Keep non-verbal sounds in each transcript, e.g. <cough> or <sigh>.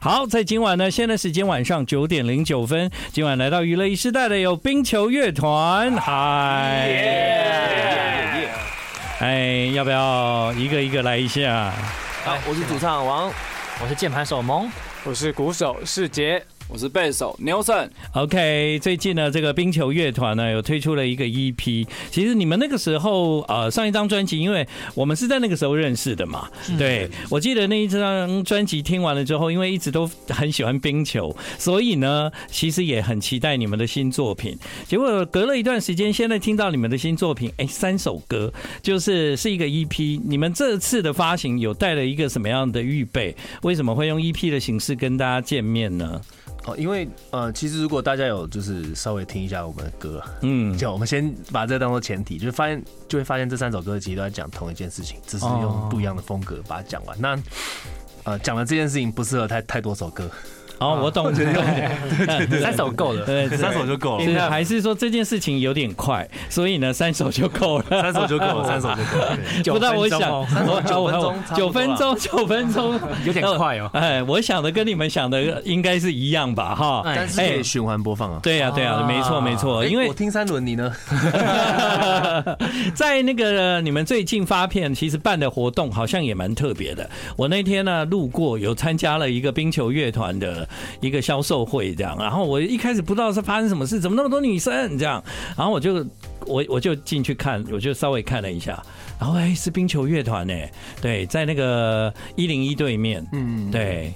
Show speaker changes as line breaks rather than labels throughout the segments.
好，在今晚呢，现在时间晚上九点零九分，今晚来到娱乐一时代的有冰球乐团，嗨，哎，要不要一个一个来一下？
好，我是主唱王，
我是键盘手萌，
我是鼓手世杰。
我是贝斯手 Nelson。
OK，最近呢，这个冰球乐团呢有推出了一个 EP。其实你们那个时候，呃，上一张专辑，因为我们是在那个时候认识的嘛。对，我记得那一张专辑听完了之后，因为一直都很喜欢冰球，所以呢，其实也很期待你们的新作品。结果隔了一段时间，现在听到你们的新作品，哎、三首歌就是是一个 EP。你们这次的发行有带了一个什么样的预备？为什么会用 EP 的形式跟大家见面呢？
哦，因为呃，其实如果大家有就是稍微听一下我们的歌，
嗯，
就我们先把这当做前提，就是发现就会发现这三首歌其实都在讲同一件事情，只是用不一样的风格把它讲完。那呃，讲了这件事情不适合太太多首歌，
哦，我懂， <laughs> 对
三首够了。
对，
三首就够了，
是还是说这件事情有点快，所以呢，三首就够
<laughs>
了。
三首就够了，三首就够了。对
九
不但我
分
想
钟
<laughs>
哦，
我
九分
我
钟差不多啦
九分钟，九分钟，
有点快哦。
哎，我想的跟你们想的应该是一样吧，哈。
哎
但是可以循环播放啊。
对呀、对呀、
啊
没错，没错，
哎
因为
我听三轮，你呢？
<laughs> 在那个你们最近发片，其实办的活动好像也蛮特别的。我那天呢路过，有参加了一个冰球乐团的一个销售会，这样。然后我一开始不知道是发生什么事，怎么那么多女生这样？然后我就我我就进去看，我就稍微看了一下，然后哎是冰球乐团呢，对，在那个一零一对面，嗯，对。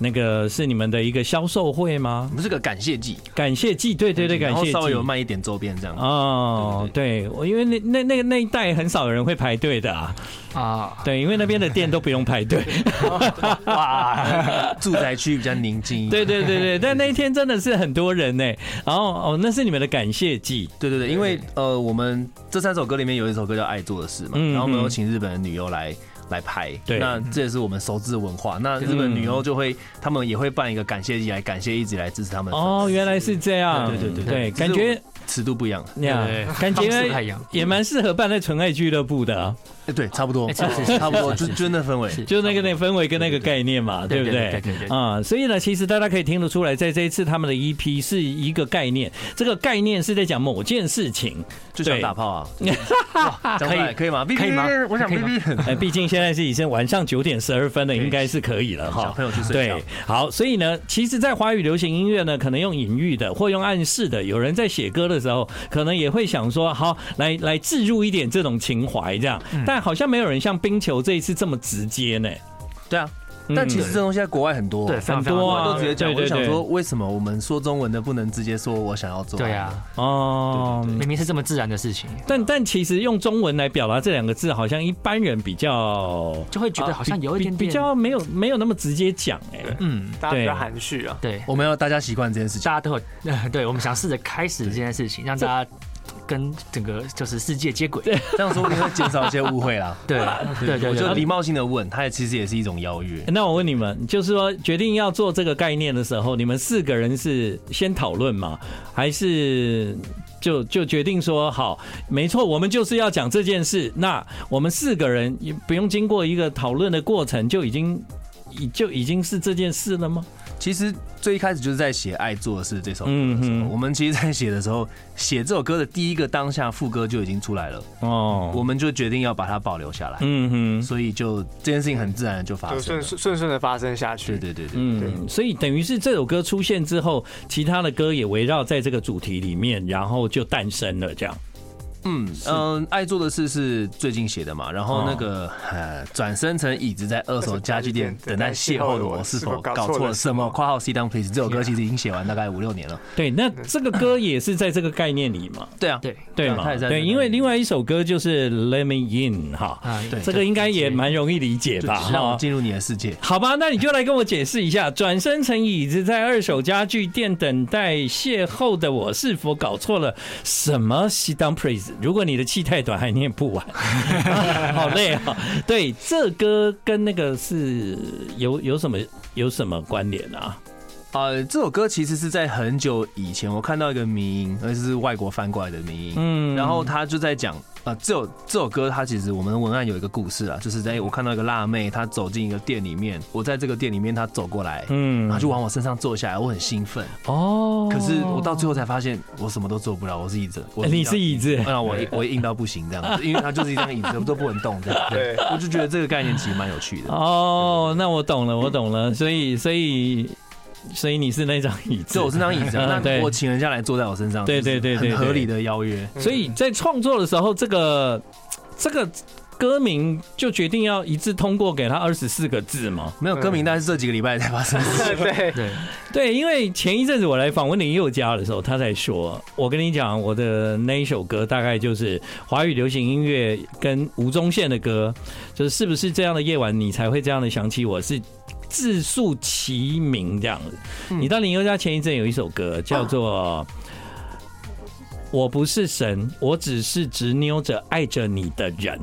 那个是你们的一个销售会吗
我？们是个感谢季，
感谢季，对对对，感
然后
谢
稍微
季
有卖一点周边这样。
哦，对，我因为那那那那一带很少有人会排队的啊，
啊，
对，因为那边的店都不用排队。
住宅区比较宁静一点。
对对对对，但那一天真的是很多人呢。然后哦，那是你们的感谢季，
对对对，因为呃，我们这三首歌里面有一首歌叫《爱做的事》嘛，
嗯
然后我们有请日本的女优来来拍，
对
那这也是我们熟知的文化。那日本女优就会，他们也会办一个感谢祭来感谢一直来支持他们的粉丝。
哦，原来是这样，
对对对
对，
对
感觉
尺度不一样的，
那
对
样，感
方式不太
觉
一样
也蛮适合办在纯爱俱乐部的啊，
哎，对，差不多，
哎是是是
差不多，
是
就是就那氛围。
就那个那氛围跟那个概念嘛，对不
对
对？
对对对
啊、所以呢，其实大家可以听得出来，在这一次他们的 EP 是一个概念，这个概念是在讲某件事情，
就想
对
打炮啊！哇讲出来可以吗？可
可以吗
我想
可以吗
<laughs>
BB
哎，毕竟现在是已经晚上九点十二分了，应该是可以了
小
哈。
朋友去睡觉
对，，好，所以呢，其实，在华语流行音乐呢，可能用隐喻的或用暗示的，有人在写歌的时候，可能也会想说，好，来来置入一点这种情怀，这样。
嗯
但好像没有人像冰球这一次这么直接呢。
对啊。
嗯
但其实这东西在国外很多，
对，，非常
很
非常
多啊
都直接讲。
对
我
对
就想
对
说，为什么我们说中文的不能直接说我想要做？
对啊，
哦，
明明是这么自然的事情，
但但其实用中文来表达这两个字，好像一般人比较
就会觉得好像有一
比
点点
比较没有没有那么直接讲哎。
嗯，
大家比较
对
含蓄啊。
对，
我们要大家习惯这件事情。
大家都有，对我们想试着开始这件事情，让大家跟整个就是世界接轨。对
这样说不定会减少一些误会
<laughs>
啦。
对对
我
对
就
对，
礼貌性的问，他也其实也是一种邀约。
那我问你们，就是说决定要做这个概念的时候，你们四个人是先讨论吗？还是就就决定说好？没错，我们就是要讲这件事。那我们四个人也不用经过一个讨论的过程，就已经已就已经是这件事了吗？
其实最一开始就是在写《爱做的事》这首歌的时候，
嗯
我们其实，在写的时候，写这首歌的第一个当下，副歌就已经出来了，
哼，哦，
我们就决定要把它保留下来，
嗯哼，
所以就这件事情很自然地就发
就
生
顺
了。
顺顺顺的发生下
对
去。
对对对，
嗯，所以等于是这首歌出现之后，其他的歌也围绕在这个主题里面，然后就诞生了这样。
嗯嗯，爱做的事是最近写的嘛，然后那个呃，转身成椅子在二 <laughs> 手家具店等待邂逅的我，是否搞错了什么？括号 C down please，这首歌其实已经写完大概五六年了。
对，那这个歌也是在这个概念里嘛。
对啊，
对
对
对啊他
嘛？
也在
对，
这
因为
里
另外一首歌就是《Let Me In》哈，
啊，
对
这个应该也蛮容易理解吧？
让我
哈，
进入你的世界。
好吧，那你就来跟我解释一下，转身成椅子在二手家具店等待邂逅的我，是否搞错了什么？Sit down, please。如果你的气太短，还念不完，好累啊、对，这歌跟那个是有有什么有什么关联啊？
呃，这首歌其实是在很久以前，我看到一个迷音，而且是外国翻过来的迷音，
嗯
嗯，然后他就在讲，呃，这首这首歌它其实我们的文案有一个故事啊，就是在、哎我看到一个辣妹，她走进一个店里面，我在这个店里面她走过来，然后
嗯，
就往我身上坐下来，我很兴奋，
哦
可是我到最后才发现我什么都做不了，我是椅子，我
哎你是椅子
那哎我我硬到不行这样
<laughs>
子，因为它就是一张椅子，我都不能动这
<laughs>
样，对，我就觉得这个概念其实蛮有趣的，
哦，那我懂了，我懂
<laughs>
了，所以所以所以你是那张椅子
就，我是张椅子，
嗯对
那我请人家来坐在我身上，
对对对对
就是很合理的邀约。
嗯
所以在创作的时候，这个这个歌名就决定要一致通过给他二十四个字嘛。
没有歌名，但是这几个礼拜才
<laughs>
发生。
<laughs> 对，
对，
对，因为前一阵子我来访问林宥嘉的时候，他才说，我跟你讲，我的那一首歌大概就是华语流行音乐跟吴宗宪的歌，就是是不是这样的夜晚你才会这样的想起我是。自述其名这样子，你到林宥嘉前一阵有一首歌叫做《我不是神，我只是执拗着爱着你的人》。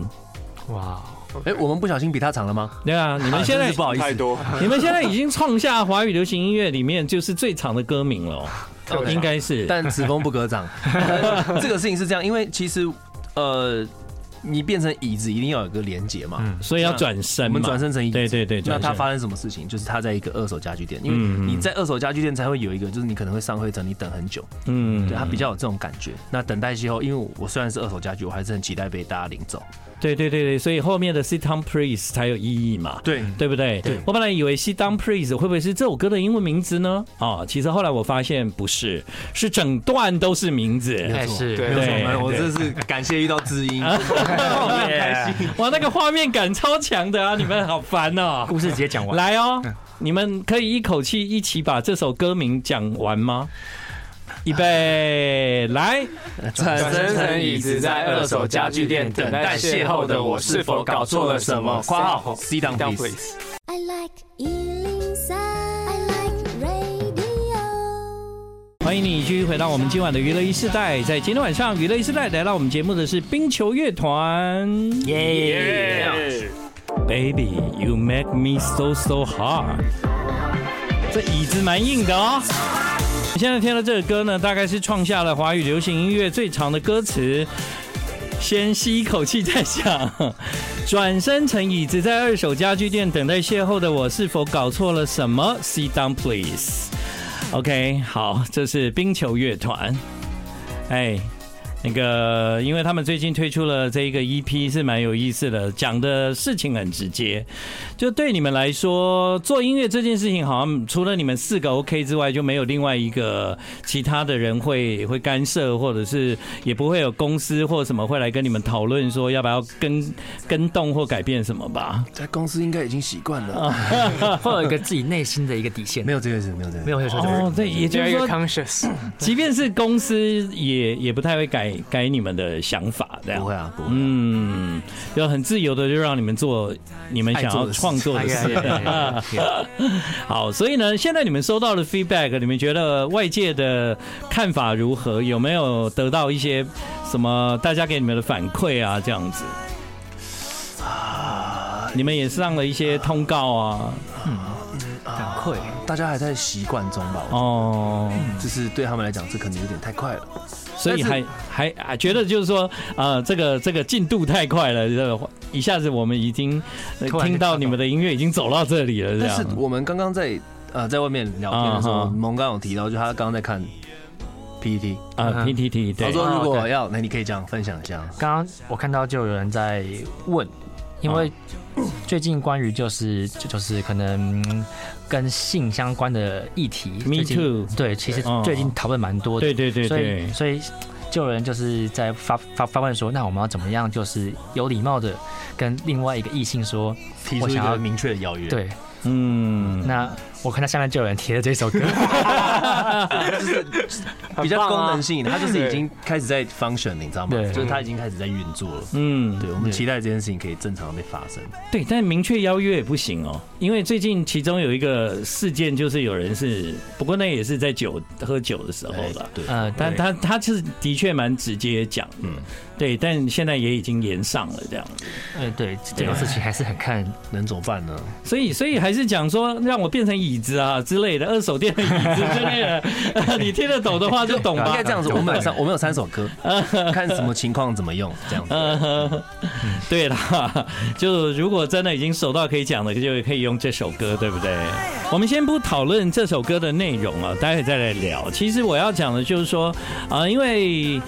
哇，
哎，我们不小心比他长了吗？
对啊，你
<laughs> 啊
们现
真
在
是不好意
太
思，
多，
你们现在已经创下华语流行音乐里面就是最长的歌名
<laughs>
了哦，
OK
应该是。
但此风不
<laughs>
可长。呃这个事情是这样，因为其实呃，你变成椅子一定要有一个连接嘛。
嗯
所以要转身
我
嘛，
们转身成椅
对
子，
对对，
那
转身
他发生什么事情？就是他在一个二手家具店，因
嗯
为你在二手家具店才会有一个，就是你可能会上会等，你等很久，
嗯
对他比较有这种感觉。那等待邂逅，因为我虽然是二手家具，我还是很期待被大家领走。
对对对对，所以后面的 Sit Down Please 才有意义嘛。
对，
对不对？我本来以为《Sit Down Please》会不会是这首歌的英文名字呢？啊、其实后来我发现不是，是整段都是名字。
<laughs>
哎是，
对
没有
对
什么，我
对
真是感谢遇到知音，
哇，那个画面感超强的啊！你们好烦
<laughs>
哦。
故事直接讲完。
来哦，
嗯
你们可以一口气一起把这首歌名讲完吗？预备，来！
转
身成椅子在二手家具店等待邂逅的我是否搞错了什么
<laughs> 括号 C down please。
I like Ealing Sound. I like radio.
欢迎你继续回到我们今晚的娱乐一世代。在今天晚上，娱乐一世代来到我们节目的是冰球乐团。
耶！
Baby, you make me so so hard。这椅子蛮硬的哦。你现在听到这个歌呢，大概是创下了华语流行音乐最长的歌词。先吸一口气再想，转身成椅子，在二手家具店等待邂逅的我，是否搞错了什么？Sit down, please。OK，好，这是冰球乐团。哎，那个，因为他们最近推出了这一个 EP 是蛮有意思的，讲的事情很直接。就对你们来说，做音乐这件事情，好像除了你们四个 OK 之外，就没有另外一个其他的人会会干涉，或者是也不会有公司或什么会来跟你们讨论说要不要跟跟动或改变什么吧？
在公司应该已经习惯了，
啊
会有一个自己内心的一个底线
没，有这个事，没有这个事
没。有没有说
哦，对，也就
加
是
一个
说，
conscious，
即便是公司也也不太会改改你们的想法，这样
不会啊，不会。
嗯，就很自由的，就让你们做你们想要创作的
哎
事。 <laughs> 好，所以呢，现在你们收到的 feedback，你们觉得外界的看法如何？有没有得到一些什么大家给你们的反馈啊？这样子，啊你们也上了一些通告啊。
反馈，
大家还在习惯中吧，我
哦，
就是对他们来讲，这可能有点太快了。
所以还还啊，觉得就是说，啊，这个这个进度太快了，这个一下子我们已经呃
突然就
听到你们的音乐已经走到这里了，这
但
样
是。我们刚刚在呃在外面聊天的时
啊
候，
哈
蒙刚有提到，就他刚刚在看 PPT，
啊
嗯
，PTT
他
对，
说如
哦
果
，OK
要，那你可以讲分享一下。
刚刚我看到就有人在问，因为
嗯
最近关于就是就就是可能嗯跟性相关的议题
Me
最近
too
对，其实
嗯
最近讨论蛮多的，
对对对
所
对
以，所以就有人就是在发发发问说，那我们要怎么样就是有礼貌的跟另外一个异性说，
提
我
出一
想要
个明确的邀约，，
对，
嗯，
那我看到下面就有人贴了这首
<laughs>
歌，
比较
很
功
棒啊
能性，它就是已经开始在 function，你知道吗
对？
就是它已经开始在运作了。
嗯，
对，我们期待这件事情可以正常的发生。
对，但明确邀约也不行哦，因为最近其中有一个事件，就是有人是，不过那也是在酒喝酒的时候了。
对，
呃，但
但他他是的确蛮直接讲，嗯，对，但现在也已经延上了这样，
呃对这种事情还是很看
能怎么办呢？
所以所以还是讲说让我变成椅椅子啊之类的，二手店的椅子之类的，你听得懂的话就懂吧。
应该这样子，我们有三，我们有三首歌，看什么情况怎么用，这样子。
呃， <laughs> 对啦，就如果真的已经熟到可以讲的，就可以用这首歌，对不对？我们先不讨论这首歌的内容啊，待会再来聊。其实我要讲的就是说，啊、因为。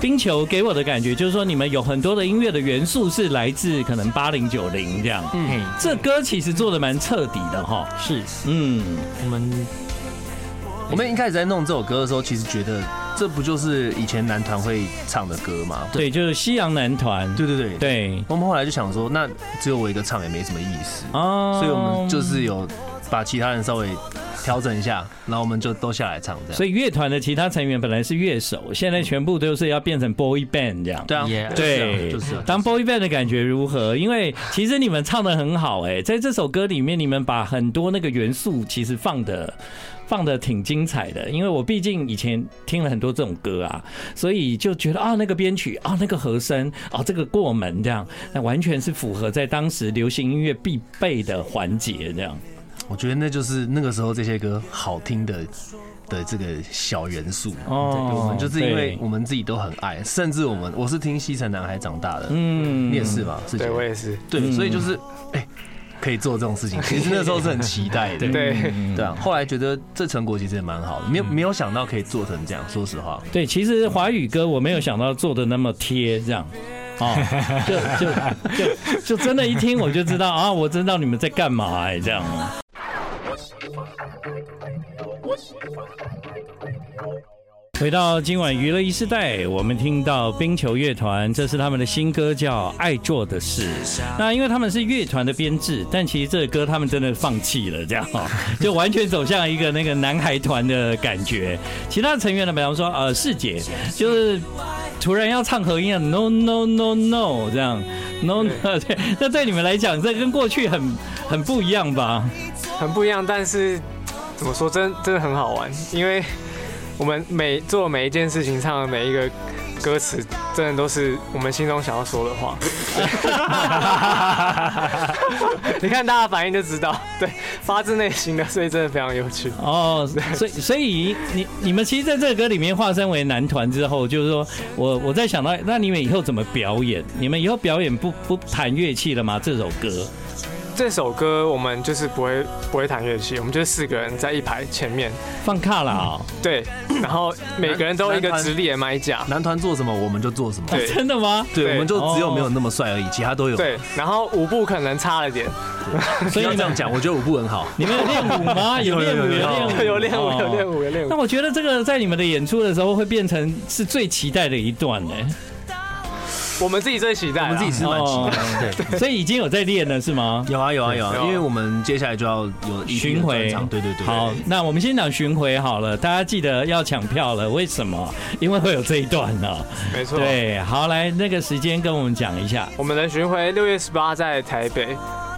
冰球给我的感觉就是说，你们有很多的音乐的元素是来自可能八零九零这样。
嗯，
这歌其实做的蛮彻底的哈。
是
嗯，
我们
我们一开始在弄这首歌的时候，其实觉得这不就是以前男团会唱的歌吗？
对，就是西洋男团。
对对对。
对
我们后来就想说，那只有我一个唱也没什么意思，
啊
所以我们就是有把其他人稍微调整一下，然后我们就都下来唱这样。
所以乐团的其他成员本来是乐手，现在全部都是要变成 boy band 这样。
对啊
<laughs>
Yeah，
对，
就是啊
当 boy band 的感觉如何？因为其实你们唱的很好哎、在这首歌里面，你们把很多那个元素其实放的放的挺精彩的。因为我毕竟以前听了很多这种歌啊，所以就觉得啊，那个编曲啊，那个和声啊，这个过门这样，那完全是符合在当时流行音乐必备的环节这样。
我觉得那就是那个时候这些歌好听的的这个小元素。
哦
对我们就是因为
对
我们自己都很爱，甚至我们我是听西城男孩长大的，
嗯
你也是吧？是
对我也是，
对，所以就是哎、可以做这种事情，其实那时候是很期待的。
<laughs> 对，
对啊，后来觉得这成果其实也蛮好的，没有没有想到可以做成这样。说实话，
对，其实华语歌我没有想到做的那么贴这样。哦，就就就就真的，一听我就知道啊，我知道你们在干嘛哎、这样。回到今晚娱乐一时代，我们听到冰球乐团，这是他们的新歌，叫《爱做的事》。那因为他们是乐团的编制，但其实这个歌他们真的放弃了，这样 <laughs> 哦就完全走向一个那个男孩团的感觉。其他成员呢，比方说呃世姐，就是突然要唱合音啊，no no no no 这样，no no <laughs> 对，那对你们来讲，这跟过去很很不一样吧？
很不一样，但是怎么说，真真的很好玩，因为我们每做每一件事情，唱的每一个歌词，真的都是我们心中想要说的话。 <laughs> 你看大家反应就知道，对，发自内心的，所以真的非常有趣。
哦，所以所以你你们其实在这个歌里面化身为男团之后，就是说我我在想到，那你们以后怎么表演？你们以后表演不不弹乐器了吗？这首歌
这首歌我们就是不会不会弹乐器，我们就是四个人在一排前面，
放卡啦、哦，
<laughs>
对，然后每个人都有一个直立的麦架，
男团做什么我们就做什么， <laughs>
对
真的吗？
对，
对哦
我们就只有没有那么帅而已，其他都有。
对，然后舞步可能差了点，
所以
要
你
这样
们
讲，我觉得舞步很好。
你们有练舞吗？有练舞，有练舞，
嗯
有练舞，有练
舞。
舞，有
<laughs>
练
那
哦
舞，
我觉得这个在你们的演出的时候会变成是最期待的一段呢、
我们自己最期待啦，啊
我们自己是蛮期待的，对，
所以已经有在练了是吗？
哦有啊有啊有啊
对，
因为我们接下来就要有一批的
巡回
专场对对对，
好，那我们先讲巡回好了，大家记得要抢票了。为什么？因为会有这一段呢、
没错。
对，好，来那个时间跟我们讲一下。
我们的巡回六月十八在台北，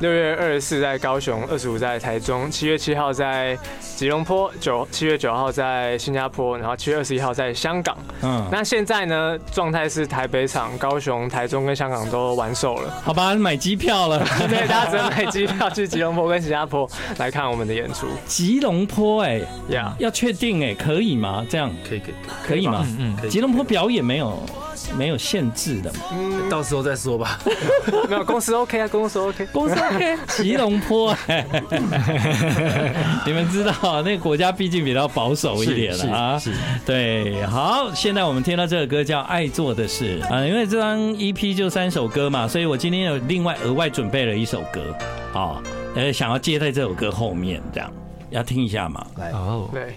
六月二十四在高雄，二十五在台中，七月七号在吉隆坡，九七月九号在新加坡，然后七月二十一号在香港。
嗯，
那现在呢，状态是台北场、高雄、台中跟香港都完售了，
好吧，买机票了。
<laughs> 所以大家只能买机票去吉隆坡跟新加坡来看我们的演出。
<laughs> 吉隆坡、哎，
呀、
要确定哎、可以吗？这样
可以可以，可
可以吗？
嗯嗯
吉隆坡表演没有没有限制的嘛，
以到时候再说吧。
没有公司 OK 啊，公司 OK。
公司 OK，吉 <laughs> 隆坡、 <laughs> 哎，你们知道那个国家毕竟比较保守一点了啊。
是
对，好，现在我们听到这首歌叫《爱做的事》啊，因为这张 EP 就三首歌嘛，所以我今天有另外额外准备了一首歌啊，呃，想要接在这首歌后面这样，要听一下嘛。
哦
对，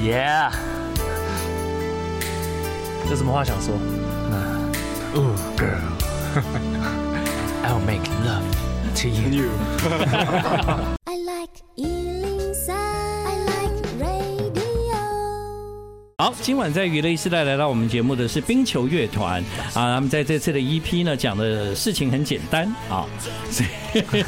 ，Yeah，
有什么话想说？
嗯 <laughs> I'll make love to
嗯
you。
I like Ealing Sound. I like radio.
好，好，今晚在娱乐时代来到我们节目的是冰球乐团啊，他们在这次的 EP 呢讲的事情很简单啊， <laughs> 所以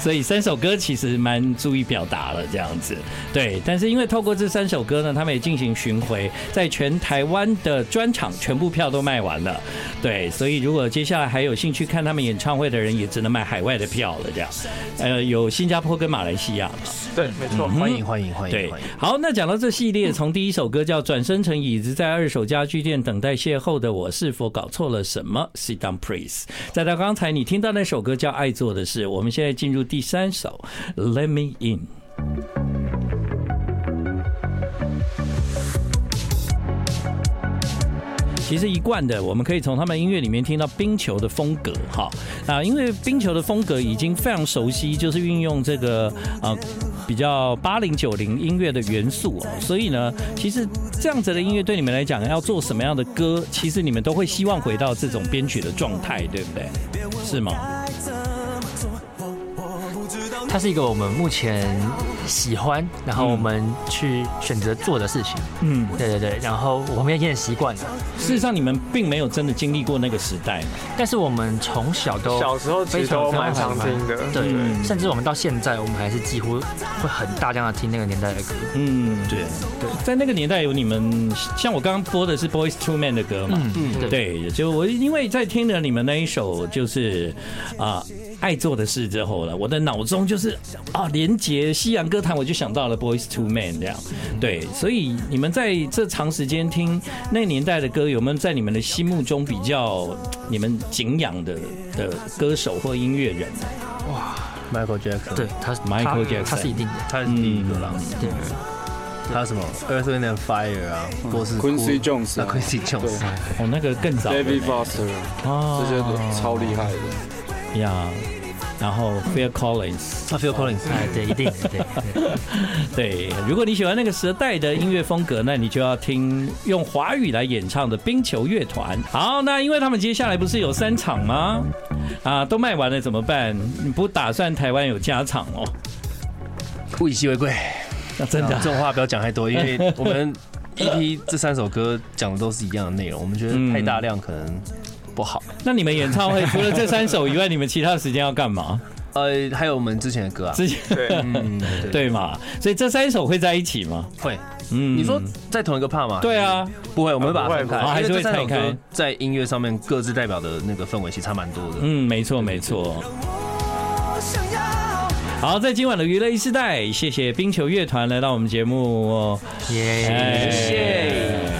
所以三首歌其实蛮注意表达了这样子，对。但是因为透过这三首歌呢，他们也进行巡回，在全台湾的专场全部票都卖完了，对。所以如果接下来还有兴趣看他们演唱会的人，也只能买海外的票了这样。呃，有新加坡跟马来西亚嘛。
对，没错，
欢迎欢迎欢迎，
对
欢迎，
好，那讲到这系列，从第一首歌叫《转身成椅子》，在二手家具店等待邂逅的我，是否搞错了什么？Sit down, please。再到刚才你听到那首歌叫《爱做的事》，我们现在进入第三首《Let Me In》。其实一贯的，我们可以从他们音乐里面听到冰球的风格哈啊，因为冰球的风格已经非常熟悉，就是运用这个啊比较八零九零音乐的元素哦，所以呢，其实这样子的音乐对你们来讲，要做什么样的歌，其实你们都会希望回到这种编曲的状态，对不对？是吗？
它是一个我们目前喜欢，然后我们去选择做的事情。
嗯，
对对对，然后我们也很习惯了，
事实上你们并没有真的经历过那个时代嘛。
但是我们从小都
小时候其
非
实
常
都蛮常听的，
对，
嗯
甚至我们到现在，我们还是几乎会很大量的听那个年代的歌。
嗯，对对，在那个年代有你们，像我刚刚播的是 Boys to Men 的歌嘛，
嗯，对，
对，就我因为在听了你们那一首就是啊、爱做的事之后了，我的脑中就是啊连接西洋歌坛，我就想到了 Boys to Men 这样。
嗯
对，所以你们在这长时间听那个年代的歌，有没有在你们的心目中比较你们敬仰的的歌手或音乐人？
，Michael Jackson，
对，，他
Michael
他
Jackson
他是一定的。
他是第一个啦，对，还有什么 Earth Wind and Fire 啊，或是
Quincy Jones
啊
啊
Quincy Jones，
哦，那个更早的
，David Foster 啊这
哦
些都超厉害的，
呀，然后 Phil Collins。
啊 Phil Collins，
哎，对，一定的，对，对
对，如果你喜欢那个时代的音乐风格，那你就要听用华语来演唱的冰球乐团。好，那因为他们接下来不是有三场吗？啊，都卖完了怎么办？你不打算台湾有加场哦？
物以稀为贵，
那真 <laughs> 的
啊
啊
这种话不要讲太多，
<laughs>
因为我们 EP 这三首歌讲的都是一样的内容，我们觉得
嗯
太大量可能不好。
那你们演唱会除了这三首以外，你们其他的时间要干嘛？
呃，还有我们之前的歌啊，
之前 <laughs>
对，
嗯，
对嘛？所以这三首会在一起吗？
会，
嗯
你说在同一个 part 吗？
对啊，
不会，我们会把它分
不会不
会
开，因为这三
还是会
首
拆
歌
开
在音乐上面各自代表的那个氛围其实差蛮多的。
嗯，没错没错。好，在今晚的娱乐一时代，谢谢冰球乐团来到我们节目哦。
耶
哎。